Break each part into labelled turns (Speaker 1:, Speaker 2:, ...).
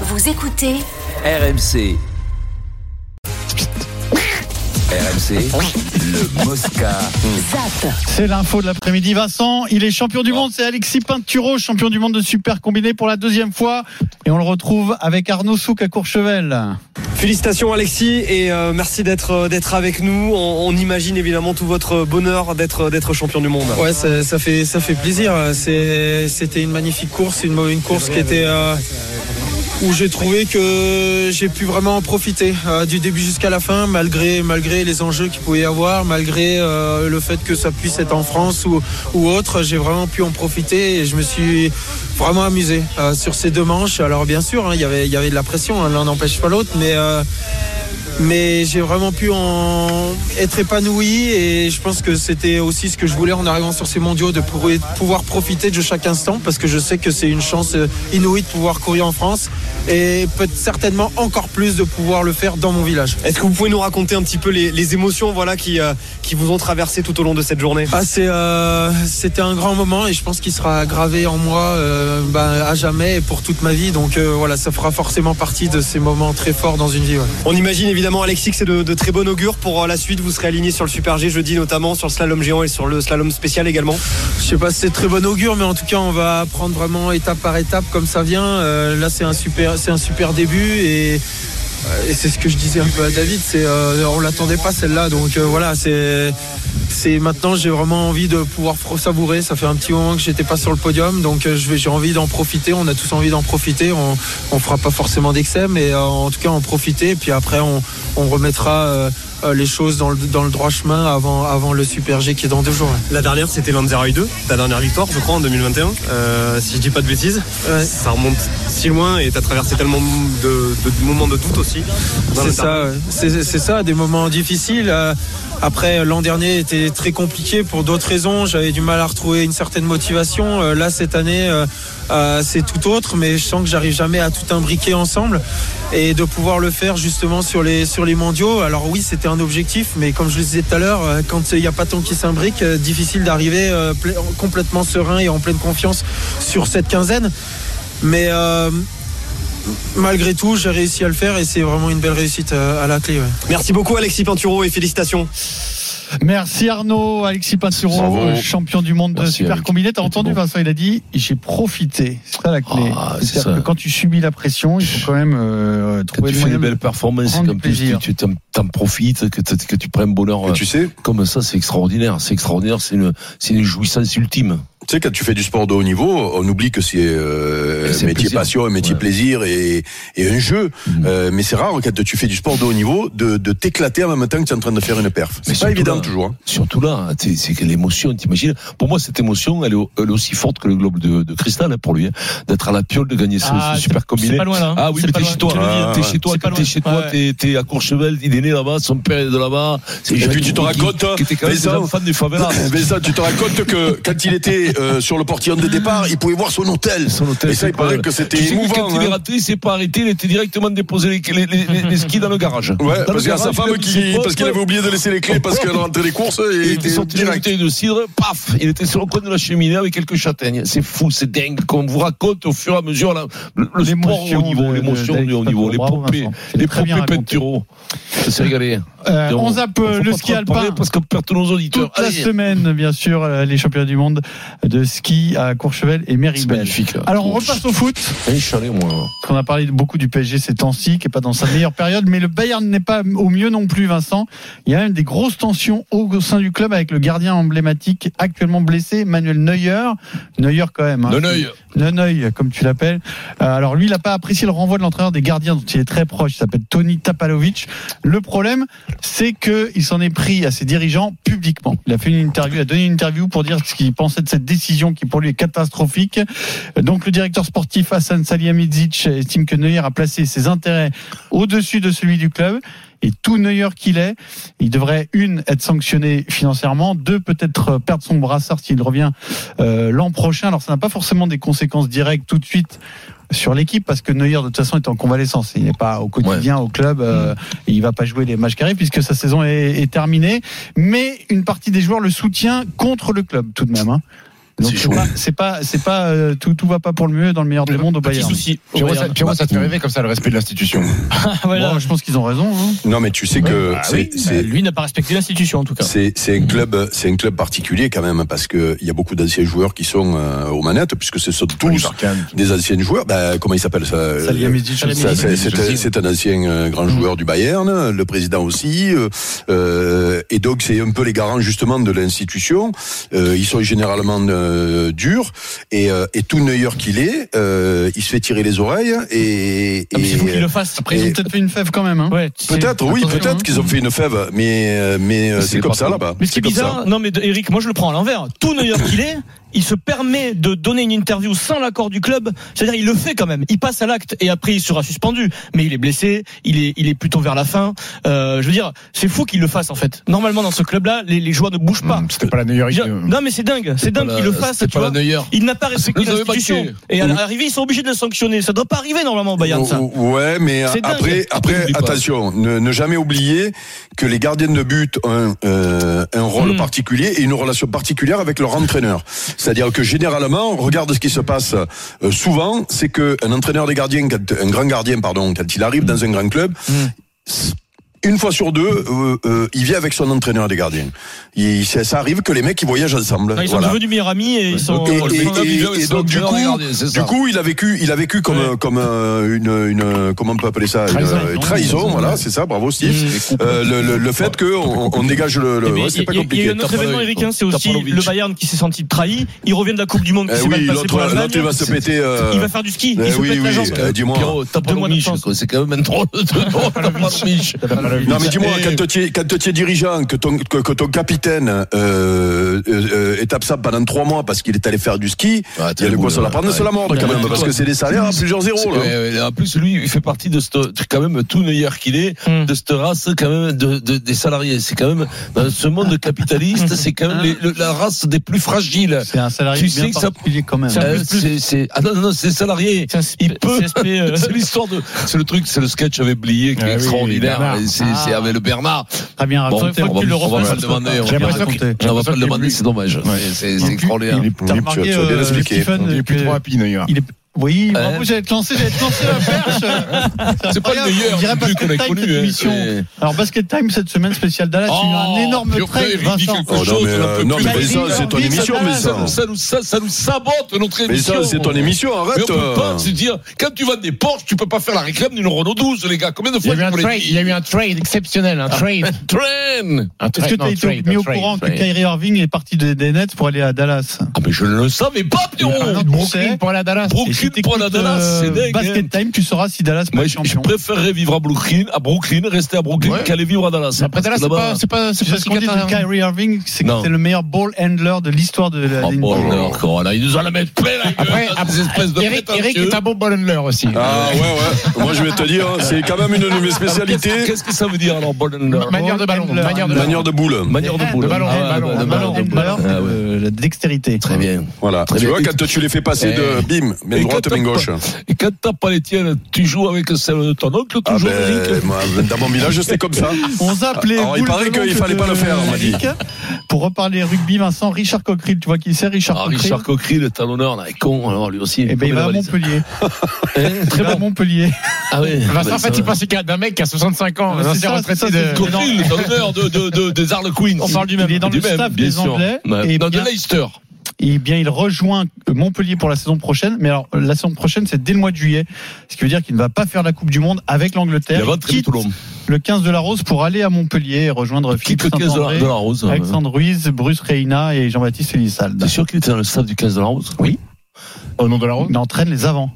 Speaker 1: Vous écoutez
Speaker 2: RMC. RMC, le Mosca.
Speaker 1: ZAP.
Speaker 3: C'est l'info de l'après-midi. Vincent, il est champion du monde. C'est Alexis Pinturo, champion du monde de super combiné pour la deuxième fois. Et on le retrouve avec Arnaud Souk à Courchevel.
Speaker 4: Félicitations Alexis et euh, merci d'être euh, d'être avec nous. On, on imagine évidemment tout votre bonheur d'être euh, d'être champion du monde.
Speaker 5: Ouais, ça, ça fait ça fait plaisir. C'est- c'était une magnifique course, une, une course qui était euh, où j'ai trouvé que j'ai pu vraiment en profiter euh, du début jusqu'à la fin, malgré malgré les enjeux qu'il pouvait y avoir, malgré euh, le fait que ça puisse être en France ou ou autre. J'ai vraiment pu en profiter et je me suis vraiment amusé euh, sur ces deux manches. Alors bien sûr, hein, il y avait il y avait de la pression, hein, l'un n'empêche pas l'autre, mais euh, mais j'ai vraiment pu en être épanoui et je pense que c'était aussi ce que je voulais en arrivant sur ces mondiaux de pour- pouvoir profiter de chaque instant parce que je sais que c'est une chance euh, inouïe de pouvoir courir en France et peut certainement encore plus de pouvoir le faire dans mon village.
Speaker 4: Est-ce que vous pouvez nous raconter un petit peu les, les émotions voilà qui euh, qui vous ont traversé tout au long de cette journée
Speaker 5: Ah, c'est, euh, c'était un grand moment et je pense qu'il sera gravé en moi euh, ben, à jamais et pour toute ma vie. Donc euh, voilà, ça fera forcément partie de ces moments très forts dans une vie. ouais.
Speaker 4: On imagine évidemment Alexis que c'est de, de très bon augure pour euh, la suite. Vous serez aligné sur le Super G jeudi notamment sur le slalom géant et sur le slalom spécial également.
Speaker 5: Je sais pas si c'est très bon augure, mais en tout cas, on va prendre vraiment étape par étape comme ça vient. Euh, là, c'est un super, c'est un super début et, et c'est ce que je disais un peu à David. C'est, euh, on l'attendait pas celle-là, donc euh, voilà, c'est, c'est maintenant j'ai vraiment envie de pouvoir fro- savourer. Ça fait un petit moment que j'étais pas sur le podium, donc euh, je vais, j'ai envie d'en profiter. On a tous envie d'en profiter. On, on fera pas forcément d'excès, mais euh, en tout cas, en profiter. Et puis après, on, on remettra euh, euh, les choses dans le, dans le droit chemin avant, avant le super G qui est dans deux jours. ouais.
Speaker 4: La dernière c'était Lanzarote 2, ta dernière victoire je crois en 2021 Euh, si je dis pas de bêtises.
Speaker 5: Ouais.
Speaker 4: Ça remonte si loin et t'as traversé tellement de, moments de doute aussi.
Speaker 5: C'est ça, ouais. c'est c'est ça, des moments difficiles. Euh, Après, l'an dernier était très compliqué pour d'autres raisons. J'avais du mal à retrouver une certaine motivation. Euh, Là, cette année, euh, euh, c'est tout autre, mais je sens que j'arrive jamais à tout imbriquer ensemble et de pouvoir le faire justement sur les, sur les mondiaux. Alors oui, c'était un objectif, mais comme je le disais tout à l'heure, euh, quand il n'y a pas tant qui s'imbrique, euh, difficile d'arriver euh, ple- complètement serein et en pleine confiance sur cette quinzaine. Mais euh, malgré tout, j'ai réussi à le faire et c'est vraiment une belle réussite euh, à la clé. ouais.
Speaker 4: Merci beaucoup Alexis Pinturo et félicitations.
Speaker 3: Merci Arnaud, Alexis Pinturo,
Speaker 6: Bravo.
Speaker 3: euh, champion du monde de
Speaker 6: Merci,
Speaker 3: super
Speaker 6: Alex.
Speaker 3: combiné. T'as
Speaker 6: C'était
Speaker 3: entendu
Speaker 6: bon.
Speaker 3: Vincent, il a dit j'ai profité. C'est ça la clé.
Speaker 6: Ah, c'est
Speaker 3: C'est-à-dire
Speaker 6: ça.
Speaker 3: que quand tu subis la pression, il faut quand même euh,
Speaker 6: Quand
Speaker 3: trouver le
Speaker 6: tu fais
Speaker 3: moyen
Speaker 6: des
Speaker 3: de-
Speaker 6: belles performances,
Speaker 3: prendre
Speaker 6: qu'en
Speaker 3: du
Speaker 6: plus tu-
Speaker 3: plaisir.
Speaker 6: tu t'en t'en profites, que, t- que tu prends bonheur
Speaker 7: Et
Speaker 6: euh,
Speaker 7: tu sais,
Speaker 6: comme ça, c'est extraordinaire. C'est extraordinaire, c'est une, c'est une jouissance ultime.
Speaker 7: tu sais, quand tu fais du sport de haut niveau, on oublie que c'est euh,
Speaker 6: Et c'est
Speaker 7: un métier
Speaker 6: plaisir.
Speaker 7: passion, un métier
Speaker 6: Ouais. Mm.
Speaker 7: plaisir et, et un jeu. Euh, mais c'est rare quand tu fais du sport de haut niveau de, de t'éclater en même temps que tu es en train de faire une perf.
Speaker 6: Mais
Speaker 7: C'est pas
Speaker 6: surtout
Speaker 7: évident
Speaker 6: là-
Speaker 7: toujours. hein.
Speaker 6: Surtout là, t'es- c'est que l'émotion, t'imagines Pour moi, cette émotion, elle est, au- elle est aussi forte que le globe de, de cristal, hein, pour lui. hein. D'être à la piole, de gagner ce,
Speaker 3: Ah,
Speaker 6: ce super combiné.
Speaker 3: c'est pas loin, là, hein.
Speaker 6: Ah oui,
Speaker 3: C'est
Speaker 6: mais
Speaker 3: pas
Speaker 6: t'es
Speaker 3: loin.
Speaker 6: chez toi.
Speaker 7: Je le dis, hein.
Speaker 6: T'es chez toi,
Speaker 3: C'est pas
Speaker 6: quand
Speaker 3: loin.
Speaker 6: t'es chez toi,
Speaker 3: Ouais.
Speaker 6: t'es- t'es à Courchevel, il est né là-bas, son père est de là-bas. C'est
Speaker 7: Et
Speaker 6: Jacques
Speaker 7: puis tu te
Speaker 6: Drouin qui-
Speaker 7: racontes,
Speaker 6: Qui était quand même des
Speaker 7: Vincent.
Speaker 6: enfants des favelas.
Speaker 7: Mais ça, tu te racontes que quand il était euh, sur le portillon de départ, il pouvait voir son hôtel.
Speaker 6: Son hôtel,
Speaker 7: et ça,
Speaker 6: c'est
Speaker 7: il paraît
Speaker 6: incroyable.
Speaker 7: que c'était
Speaker 6: Tu sais que
Speaker 7: émouvant.
Speaker 6: quand il est
Speaker 7: hein.
Speaker 6: rentré, il s'est pas arrêté, il était directement déposé les, les- les- les skis dans le garage.
Speaker 7: Ouais,
Speaker 6: Dans le
Speaker 7: parce qu'il y a sa
Speaker 6: garage,
Speaker 7: femme
Speaker 6: il a mis
Speaker 7: qui,
Speaker 6: ses
Speaker 7: parce qu'il
Speaker 6: potes,
Speaker 7: avait oublié de laisser les clés parce qu'elle rentrait les courses et
Speaker 6: il
Speaker 7: il
Speaker 6: était
Speaker 7: était
Speaker 6: sorti d'une
Speaker 7: direct.
Speaker 6: bouteille de cidre, paf, il était sur le coin de la cheminée avec quelques châtaignes. C'est fou, c'est dingue. Qu'on vous raconte au fur et à mesure la- le, le sport
Speaker 3: L'émotion
Speaker 6: au niveau,
Speaker 3: de-
Speaker 6: l'émotion
Speaker 3: de-
Speaker 6: du haut
Speaker 3: d'Alex
Speaker 6: niveau, les
Speaker 3: Bravo,
Speaker 6: poupées,
Speaker 3: Vincent. Tu l'as
Speaker 6: les
Speaker 3: très bien
Speaker 6: poupées
Speaker 3: raconté.
Speaker 6: peintureaux. Je s'est régalé. hein.
Speaker 3: Euh,
Speaker 6: Donc,
Speaker 3: on zappe
Speaker 6: faut
Speaker 3: le
Speaker 6: pas
Speaker 3: ski
Speaker 6: trop en parler
Speaker 3: alpin.
Speaker 6: parce qu'on perd tous nos auditeurs.
Speaker 3: Toute la
Speaker 6: Allez.
Speaker 3: semaine, bien sûr, euh, les championnats du monde de ski à Courchevel et
Speaker 6: C'est
Speaker 3: Méribel.
Speaker 6: magnifique. là.
Speaker 3: Alors on
Speaker 6: Oh,
Speaker 3: repasse au foot.
Speaker 6: putain, je suis allé, moi.
Speaker 3: Parce qu'on a parlé beaucoup du PSG ces temps-ci, qui est pas dans sa meilleure période, mais le Bayern n'est pas au mieux non plus, Vincent. Il y a même des grosses tensions au sein du club avec le gardien emblématique actuellement blessé, Manuel Neuer. Neuer quand même. hein.
Speaker 6: Neneuil.
Speaker 3: Neneuil, comme tu l'appelles. Euh, alors lui, il n'a pas apprécié le renvoi de l'entraîneur des gardiens dont il est très proche. Il s'appelle Tony Tapalovic. Le problème, c'est que il s'en est pris à ses dirigeants publiquement. Il a fait une interview, il a donné une interview pour dire ce qu'il pensait de cette décision qui pour lui est catastrophique. Euh, Donc le directeur sportif Hassan Salihamidzic estime que Neuer a placé ses intérêts au-dessus de celui du club. Et tout Neuer qu'il est, il devrait, une, être sanctionné financièrement, deux, peut-être perdre son brassard s'il revient euh, l'an prochain. Alors ça n'a pas forcément des conséquences directes tout de suite sur l'équipe parce que Neuer de toute façon est en convalescence. Il n'est pas au quotidien au club. euh, et il va pas jouer les matchs carrés puisque sa saison est, est terminée. Mais une partie des joueurs le soutient contre le club tout de même. hein. Donc
Speaker 6: C'est
Speaker 3: c'est
Speaker 6: chaud.
Speaker 3: pas, c'est pas, c'est pas euh, tout, tout va pas pour le mieux dans le meilleur des mondes au
Speaker 1: Petit
Speaker 3: Bayern.
Speaker 1: souci. au
Speaker 8: Pierrot, ça,
Speaker 1: Bayern.
Speaker 8: Pierrot, ça te fait rêver comme ça, le respect de l'institution.
Speaker 1: Voilà.
Speaker 3: Bon, je pense qu'ils ont raison. hein.
Speaker 7: Non, mais tu sais que
Speaker 1: Ah
Speaker 7: c'est-
Speaker 1: oui, bah,
Speaker 7: c'est
Speaker 1: lui n'a pas respecté l'institution en tout cas.
Speaker 7: C'est, c'est un club, c'est un club particulier quand même parce que il y a beaucoup d'anciens joueurs qui sont euh, aux manettes puisque ce sont tous
Speaker 8: Barkhane.
Speaker 7: des anciens joueurs. Bah, comment il s'appelle ça
Speaker 3: Salihamidzic,
Speaker 7: Ça,
Speaker 1: Salihamidzic.
Speaker 7: c'est, c'est un,
Speaker 8: Salihamidzic.
Speaker 7: c'est un ancien euh,
Speaker 1: Mm.
Speaker 7: grand joueur du Bayern, le président aussi, euh, euh, et donc c'est un peu les garants justement de l'institution. Euh, ils sont généralement euh, durs et, euh, et tout neuilleur qu'il est, euh, il se fait tirer les oreilles et,
Speaker 1: Ah, mais
Speaker 7: et-
Speaker 1: c'est fou qu'il le fasse.
Speaker 3: Après, ils ont
Speaker 7: Et-
Speaker 3: peut-être fait une fève quand même. hein.
Speaker 1: Ouais, c'est-
Speaker 7: peut-être, oui,
Speaker 1: Attention, hein.
Speaker 7: peut-être qu'ils ont fait une fève, mais euh, mais euh,
Speaker 6: Mais
Speaker 7: c'est
Speaker 6: c'est
Speaker 7: comme
Speaker 6: pas
Speaker 7: ça
Speaker 6: cool.
Speaker 7: là-bas.
Speaker 1: Mais ce qui est
Speaker 7: C'est comme ça.
Speaker 1: bizarre, non mais de- Eric, moi je le prends à l'envers. Tout New York qu'il est, il se permet de donner une interview sans l'accord du club. C'est-à-dire il le fait quand même. Il passe à l'acte et après il sera suspendu. Mais il est blessé, il est, il est plutôt vers la fin. Euh, je veux dire, c'est fou qu'il le fasse en fait. Normalement dans ce club-là, les, les joueurs ne bougent pas.
Speaker 8: Hum, C'était pas la New York.
Speaker 1: Je veux dire,
Speaker 8: euh,
Speaker 1: Non mais c'est dingue, c'est dingue qu'il le fasse.
Speaker 6: Mm, C'est
Speaker 1: tu
Speaker 6: pas la
Speaker 1: vois.
Speaker 6: meilleure.
Speaker 1: Il n'a pas respecté
Speaker 6: Vous avez
Speaker 1: l'institution.
Speaker 6: marqué.
Speaker 1: Et à l'arrivée, ils sont obligés de le sanctionner. Ça ne doit pas arriver normalement au Bayern ça.
Speaker 7: Ou- ou- Ouais, mais
Speaker 1: C'est dingue.
Speaker 7: après,
Speaker 6: Après,
Speaker 7: après,
Speaker 6: n'oublie pas.
Speaker 7: attention, ne, ne jamais oublier que les gardiens de but ont un, euh, un rôle
Speaker 1: Mm.
Speaker 7: particulier et une relation particulière avec leur entraîneur. C'est-à-dire que généralement, regarde ce qui se passe euh, souvent, c'est que un entraîneur des gardiens, quand, un grand gardien, pardon, quand il arrive dans un grand club.
Speaker 1: Hmm.
Speaker 7: s- Une fois sur deux, euh, euh, il vient avec son entraîneur des gardiens. Il, ça ça arrive que les mecs ils voyagent ensemble.
Speaker 1: Non, ils sont
Speaker 7: Voilà.
Speaker 1: devenus meilleurs amis et ils sont.
Speaker 7: Et-
Speaker 1: Enfin,
Speaker 7: et- et- et donc, du coup- Du coup, il a vécu, il a vécu comme
Speaker 1: Ouais.
Speaker 7: euh, comme euh, une une comment on peut appeler ça une,
Speaker 8: Trahison,
Speaker 7: euh,
Speaker 8: non
Speaker 7: trahison
Speaker 8: Trahison,
Speaker 7: voilà
Speaker 8: ouais.
Speaker 7: c'est ça bravo Steve
Speaker 1: Mmh.
Speaker 7: Euh, le, le, le fait que on, on dégage le, le
Speaker 1: Eh ben,
Speaker 7: Euh, ouais, c'est pas
Speaker 1: il y a- il y a
Speaker 7: compliqué
Speaker 1: eu un autre
Speaker 6: Tapalovic.
Speaker 1: événement, Eric, hein, c'est aussi
Speaker 6: Tapalovic.
Speaker 1: le Bayern qui s'est senti trahi. Il revient de la Coupe du Monde qui
Speaker 7: Eh
Speaker 1: s'est
Speaker 7: oui
Speaker 1: mal passée
Speaker 7: l'autre
Speaker 1: pour l'Allemagne.
Speaker 7: l'autre, il va se péter euh,
Speaker 1: Il va faire du ski,
Speaker 7: eh
Speaker 1: il se
Speaker 7: oui
Speaker 1: pète la
Speaker 7: oui
Speaker 1: jambe.
Speaker 7: euh, dis-moi
Speaker 1: Deux mois d'absence.
Speaker 6: c'est quand même un drôle de nom, Tapalovic.
Speaker 7: non mais dis-moi
Speaker 6: Et-
Speaker 7: quand tu es quand tu es dirigeant que ton que, que ton capitaine euh, euh, euh, est absent pendant trois mois parce qu'il est allé faire du ski
Speaker 6: Ah,
Speaker 7: il y a de quoi se la prendre se la mordre quand
Speaker 6: Ouais.
Speaker 7: même parce que c'est des salaires à plusieurs zéros là
Speaker 6: Ouais, ouais, en plus, lui, il fait partie de ce, quand même, tout meilleur qu'il est,
Speaker 1: Hmm.
Speaker 6: de cette race, quand même, de, de- des salariés. C'est quand même, dans ce monde capitaliste, c'est quand même les- le- la race des plus fragiles.
Speaker 3: C'est un salarié
Speaker 6: Tu
Speaker 3: bien
Speaker 6: sais que ça-
Speaker 3: particulier quand même.
Speaker 1: C'est un
Speaker 6: Euh,
Speaker 1: plus, plus.
Speaker 6: C'est, c'est, ah non, non, non, c'est salarié.
Speaker 1: C'est un sp-
Speaker 6: Il peut.
Speaker 1: CSP, euh,
Speaker 6: C'est l'histoire de, c'est le truc, c'est le sketch avec Blié qui
Speaker 8: Ah
Speaker 6: est
Speaker 8: oui,
Speaker 6: extraordinaire.
Speaker 8: Bernard.
Speaker 6: Et C'est,
Speaker 3: Ah.
Speaker 6: c'est avec le Bernard.
Speaker 3: Très bien
Speaker 6: Bon,
Speaker 3: raconté.
Speaker 6: on va-
Speaker 3: tu le
Speaker 6: on va
Speaker 3: refasses,
Speaker 6: pas le demander,
Speaker 3: je peux
Speaker 6: on
Speaker 3: pas
Speaker 8: va pas le
Speaker 3: raconter.
Speaker 8: demander.
Speaker 6: On va
Speaker 8: ça
Speaker 6: pas le
Speaker 8: fait
Speaker 6: demander,
Speaker 8: plus.
Speaker 6: c'est dommage.
Speaker 8: Ouais.
Speaker 6: C'est,
Speaker 3: Donc,
Speaker 6: c'est
Speaker 3: lui,
Speaker 6: extraordinaire.
Speaker 8: Il est
Speaker 7: Mmh,
Speaker 3: T'as
Speaker 8: il est-
Speaker 3: remarqué,
Speaker 7: tu as bien
Speaker 3: euh,
Speaker 7: expliqué.
Speaker 3: Stephen,
Speaker 8: il est plus
Speaker 3: que-
Speaker 8: trop rapide, New York.
Speaker 3: il est... Oui, bravo,
Speaker 6: Hein
Speaker 3: j'allais te lancer, j'allais te lancer la perche.
Speaker 6: C'est pas le
Speaker 3: incroyable,
Speaker 6: meilleur
Speaker 3: on dirait
Speaker 6: non plus qu'on
Speaker 3: Basket
Speaker 6: ait
Speaker 3: Time,
Speaker 6: connu.
Speaker 3: cette
Speaker 6: hein.
Speaker 3: émission.
Speaker 6: C'est- Oh,
Speaker 3: Alors, Basket Time, cette semaine spéciale Dallas, il y a eu un énorme
Speaker 6: Purée,
Speaker 3: trade,
Speaker 6: il dit
Speaker 3: Vincent.
Speaker 6: quelque
Speaker 7: Oh, non,
Speaker 6: chose,
Speaker 7: mais,
Speaker 6: on en
Speaker 7: euh,
Speaker 6: peut
Speaker 7: non,
Speaker 6: plus.
Speaker 7: mais
Speaker 3: Vincent,
Speaker 7: c'est ton émission,
Speaker 6: ça,
Speaker 7: Vincent.
Speaker 6: nous- ça nous, ça, ça nous sabote notre
Speaker 7: mais
Speaker 6: émission.
Speaker 7: ça c'est ton émission
Speaker 6: Mais
Speaker 7: arrête
Speaker 6: on peut
Speaker 7: euh.
Speaker 6: pas se dire, quand tu vas des Porsche, tu peux pas faire la réclame d'une Renault 12, les Ah, gars. Combien de
Speaker 8: Il y a
Speaker 6: fois
Speaker 8: eu un
Speaker 6: je vous l'ai
Speaker 8: trade,
Speaker 6: dit
Speaker 8: il y a eu un trade exceptionnel, un trade.
Speaker 6: Train
Speaker 8: Un
Speaker 3: Est-ce
Speaker 8: trade,
Speaker 3: que
Speaker 8: non,
Speaker 3: t'as été
Speaker 8: trade,
Speaker 3: mis
Speaker 8: un
Speaker 3: au
Speaker 8: trade,
Speaker 3: courant que
Speaker 8: trade.
Speaker 3: Kyrie Irving est parti des des Nets pour aller à Dallas
Speaker 6: Ah, mais je ne le savais pas, Pierrot
Speaker 3: Maintenant, tu sais.
Speaker 8: Brooklyn pour aller à Dallas.
Speaker 3: Et si
Speaker 6: Brooklyn pour la
Speaker 3: t'écoutes,
Speaker 6: Dallas, c'est
Speaker 3: euh,
Speaker 6: dingue. hein.
Speaker 3: Basket Time, tu sauras si Dallas peut
Speaker 6: Moi,
Speaker 3: être
Speaker 6: je, je
Speaker 3: champion.
Speaker 6: préférerais vivre à Brooklyn, à Brooklyn, rester à Brooklyn
Speaker 8: Ouais.
Speaker 6: qu'aller vivre à Dallas.
Speaker 8: Après Dallas, c'est
Speaker 6: Là-bas-
Speaker 8: pas, c'est pas, c'est
Speaker 3: Tu
Speaker 8: pas
Speaker 3: sais ce
Speaker 8: si
Speaker 3: qu'on dit de
Speaker 8: Qatar.
Speaker 3: Kyrie Irving, c'est que
Speaker 6: Non.
Speaker 3: c'est le meilleur ball handler de l'histoire de la
Speaker 6: Oh,
Speaker 3: NBA.
Speaker 6: bon, alors, Corona, ils nous en la mettent plein la gueule.
Speaker 8: Après,
Speaker 6: ces
Speaker 8: après,
Speaker 6: espèces de
Speaker 8: Eric, Eric
Speaker 6: prétentieux.
Speaker 8: est un bon ballonneur aussi.
Speaker 7: Ah ouais ouais. Moi je vais te dire, hein, c'est quand même une de mes spécialités,
Speaker 6: Qu'est-ce que ça veut dire alors, Bolender
Speaker 8: Manière de ballon,
Speaker 3: Handler.
Speaker 8: manière de ballon.
Speaker 7: manière de boule.
Speaker 6: Manière
Speaker 3: Eh,
Speaker 6: de boule.
Speaker 8: Le ballon, le ballon,
Speaker 6: ouais,
Speaker 8: le
Speaker 6: de
Speaker 8: ballon,
Speaker 6: de
Speaker 3: handler, c'est
Speaker 6: Ah, ouais.
Speaker 3: de Euh, la dextérité.
Speaker 6: Très bien.
Speaker 7: Voilà.
Speaker 3: Eh
Speaker 6: Très
Speaker 7: tu
Speaker 3: ben,
Speaker 6: bien.
Speaker 7: vois, quand tu les fais passer de bim, main
Speaker 6: Et
Speaker 7: droite,
Speaker 6: quand
Speaker 7: main
Speaker 6: t'as
Speaker 7: gauche.
Speaker 6: pas- Et quand t'as pas les tiennes, tu joues avec celle de ton oncle,
Speaker 7: Ah
Speaker 6: toujours
Speaker 7: ben,
Speaker 6: Eric
Speaker 7: moi, dans mon village, c'est comme ça.
Speaker 3: On s'appelait.
Speaker 7: Alors, il
Speaker 3: Boule
Speaker 7: paraît
Speaker 3: de
Speaker 7: qu'il
Speaker 3: l'oncle
Speaker 7: fallait pas
Speaker 3: de
Speaker 7: le faire, on m'a dit.
Speaker 3: Eric. Pour reparler rugby, Vincent, Richard Cockerill, tu vois qui c'est, Richard
Speaker 6: ah,
Speaker 3: Cockerill
Speaker 6: Richard Coquery, le talonneur, là, est con, alors lui aussi.
Speaker 3: Eh ben, il
Speaker 6: comme
Speaker 3: va à
Speaker 6: valise.
Speaker 3: Montpellier.
Speaker 6: Hein
Speaker 3: Très à Montpellier.
Speaker 6: Ah ouais.
Speaker 8: Vincent, en
Speaker 6: Ben, ça
Speaker 8: fait, il
Speaker 6: va.
Speaker 8: pense qu'il y a d'un mec qui a 65 ans,
Speaker 3: Mais
Speaker 8: un
Speaker 3: Ah, c'est
Speaker 8: ancien
Speaker 3: ça,
Speaker 8: retraité
Speaker 3: c'est ça,
Speaker 8: de.
Speaker 3: c'est
Speaker 8: Non,
Speaker 6: Coquery, le talonneur de, de, de, des Harlequins.
Speaker 3: On parle du même. Il est dans
Speaker 6: Du
Speaker 3: le staff
Speaker 6: bien
Speaker 3: des
Speaker 6: sûr.
Speaker 3: Anglais.
Speaker 6: Ouais.
Speaker 3: Et
Speaker 6: Non, de
Speaker 3: bien-
Speaker 6: Leicester.
Speaker 3: Eh bien, il rejoint Montpellier pour la saison prochaine. Mais alors, la saison prochaine, c'est dès le mois de juillet. Ce qui veut dire qu'il ne va pas faire la Coupe du Monde avec
Speaker 6: Il
Speaker 3: l'Angleterre.
Speaker 6: va très vite
Speaker 3: quitte
Speaker 6: au long.
Speaker 3: le 15 de la Rose pour aller à Montpellier et rejoindre Philippe
Speaker 6: Quitte le 15 de la, de la
Speaker 3: Saint-André,
Speaker 6: Rose.
Speaker 3: Alexandre Ruiz, Bruce Reina et Jean-Baptiste Elissalde.
Speaker 6: T'es sûr qu'il était dans le staff du 15 de la Rose Oui.
Speaker 8: Au nom de la route.
Speaker 3: Il entraîne les avants.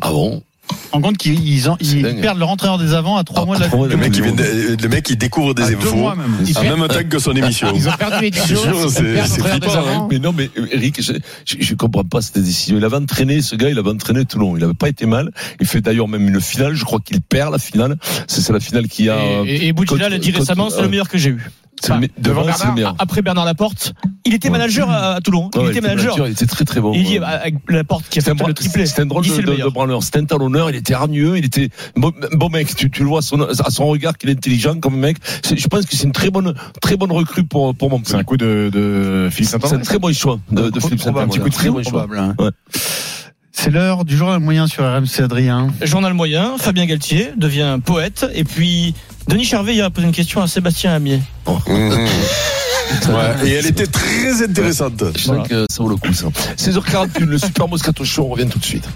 Speaker 6: Ah bon
Speaker 3: En compte qu'ils ils en-
Speaker 6: C'est
Speaker 3: ils
Speaker 6: dingue.
Speaker 3: perdent leur entraîneur des avants à trois
Speaker 6: Ah,
Speaker 3: mois de la
Speaker 6: trois mois de
Speaker 7: Le
Speaker 6: la
Speaker 7: mec, il, vient
Speaker 6: Coupe du Monde.
Speaker 7: de- le mec, il découvre
Speaker 3: à
Speaker 7: des
Speaker 3: deux mois
Speaker 7: infos
Speaker 6: Ah,
Speaker 3: même.
Speaker 8: Ils
Speaker 7: en
Speaker 6: bah,
Speaker 8: perdent-
Speaker 7: même temps que son émission.
Speaker 8: Ils ont perdu les
Speaker 7: Je jure,
Speaker 8: divisions.
Speaker 7: c'est- c'est flippant,
Speaker 1: Ah.
Speaker 6: Mais non, mais euh, Eric, je, je, je comprends pas cette décision. Il avait entraîné, ce gars, il avait entraîné Toulon. Il avait pas été mal. Il fait d'ailleurs même une finale. Je crois qu'il perd la finale. C'est c'est la finale qui a.
Speaker 1: Et, et Boudjila
Speaker 6: Contre-
Speaker 1: l'a dit
Speaker 6: contre-
Speaker 1: récemment, c'est
Speaker 6: euh,
Speaker 1: le meilleur que j'ai eu.
Speaker 6: C'est le me-
Speaker 8: devant
Speaker 6: Devant, c'est le
Speaker 8: Bernard,
Speaker 6: meilleur.
Speaker 1: Après Bernard Laporte, il était
Speaker 6: Ouais.
Speaker 1: manager à, à Toulon. hein. Il
Speaker 6: Ouais,
Speaker 1: était manager.
Speaker 6: Il était très très bon.
Speaker 1: Il dit bah,
Speaker 6: ouais.
Speaker 1: avec Laporte qui a
Speaker 6: C'était
Speaker 1: fait
Speaker 6: un, bra-
Speaker 1: le triplé.
Speaker 6: c'était un drôle
Speaker 1: Il dit,
Speaker 6: de,
Speaker 1: c'est le
Speaker 6: de, de
Speaker 1: meilleur.
Speaker 6: branleur. C'était un talonneur, il était hargneux, il était bon, bon mec. Tu, tu le vois à son, à son regard qu'il est intelligent comme mec. C'est- Je pense que c'est une très bonne, très bonne recrue pour, pour mon
Speaker 8: C'est un coup de, de Philippe
Speaker 6: C'est un
Speaker 8: Saint-André.
Speaker 6: très bon choix de, de Philippe
Speaker 3: Probable,
Speaker 6: Saint-André.
Speaker 3: un petit coup de
Speaker 6: Très bon
Speaker 3: triple,
Speaker 6: choix.
Speaker 3: probable. hein.
Speaker 6: Ouais.
Speaker 3: C'est l'heure du journal moyen sur RMC Adrien.
Speaker 1: Journal moyen, Fabien Galtier devient poète. Et puis, Denis Charvet hier a posé une question à Sébastien Amier.
Speaker 7: Ouais, Et elle était très intéressante.
Speaker 6: Je sens que ça vaut le coup, ça. 16h41, le Super Moscato Show, on revient tout de suite.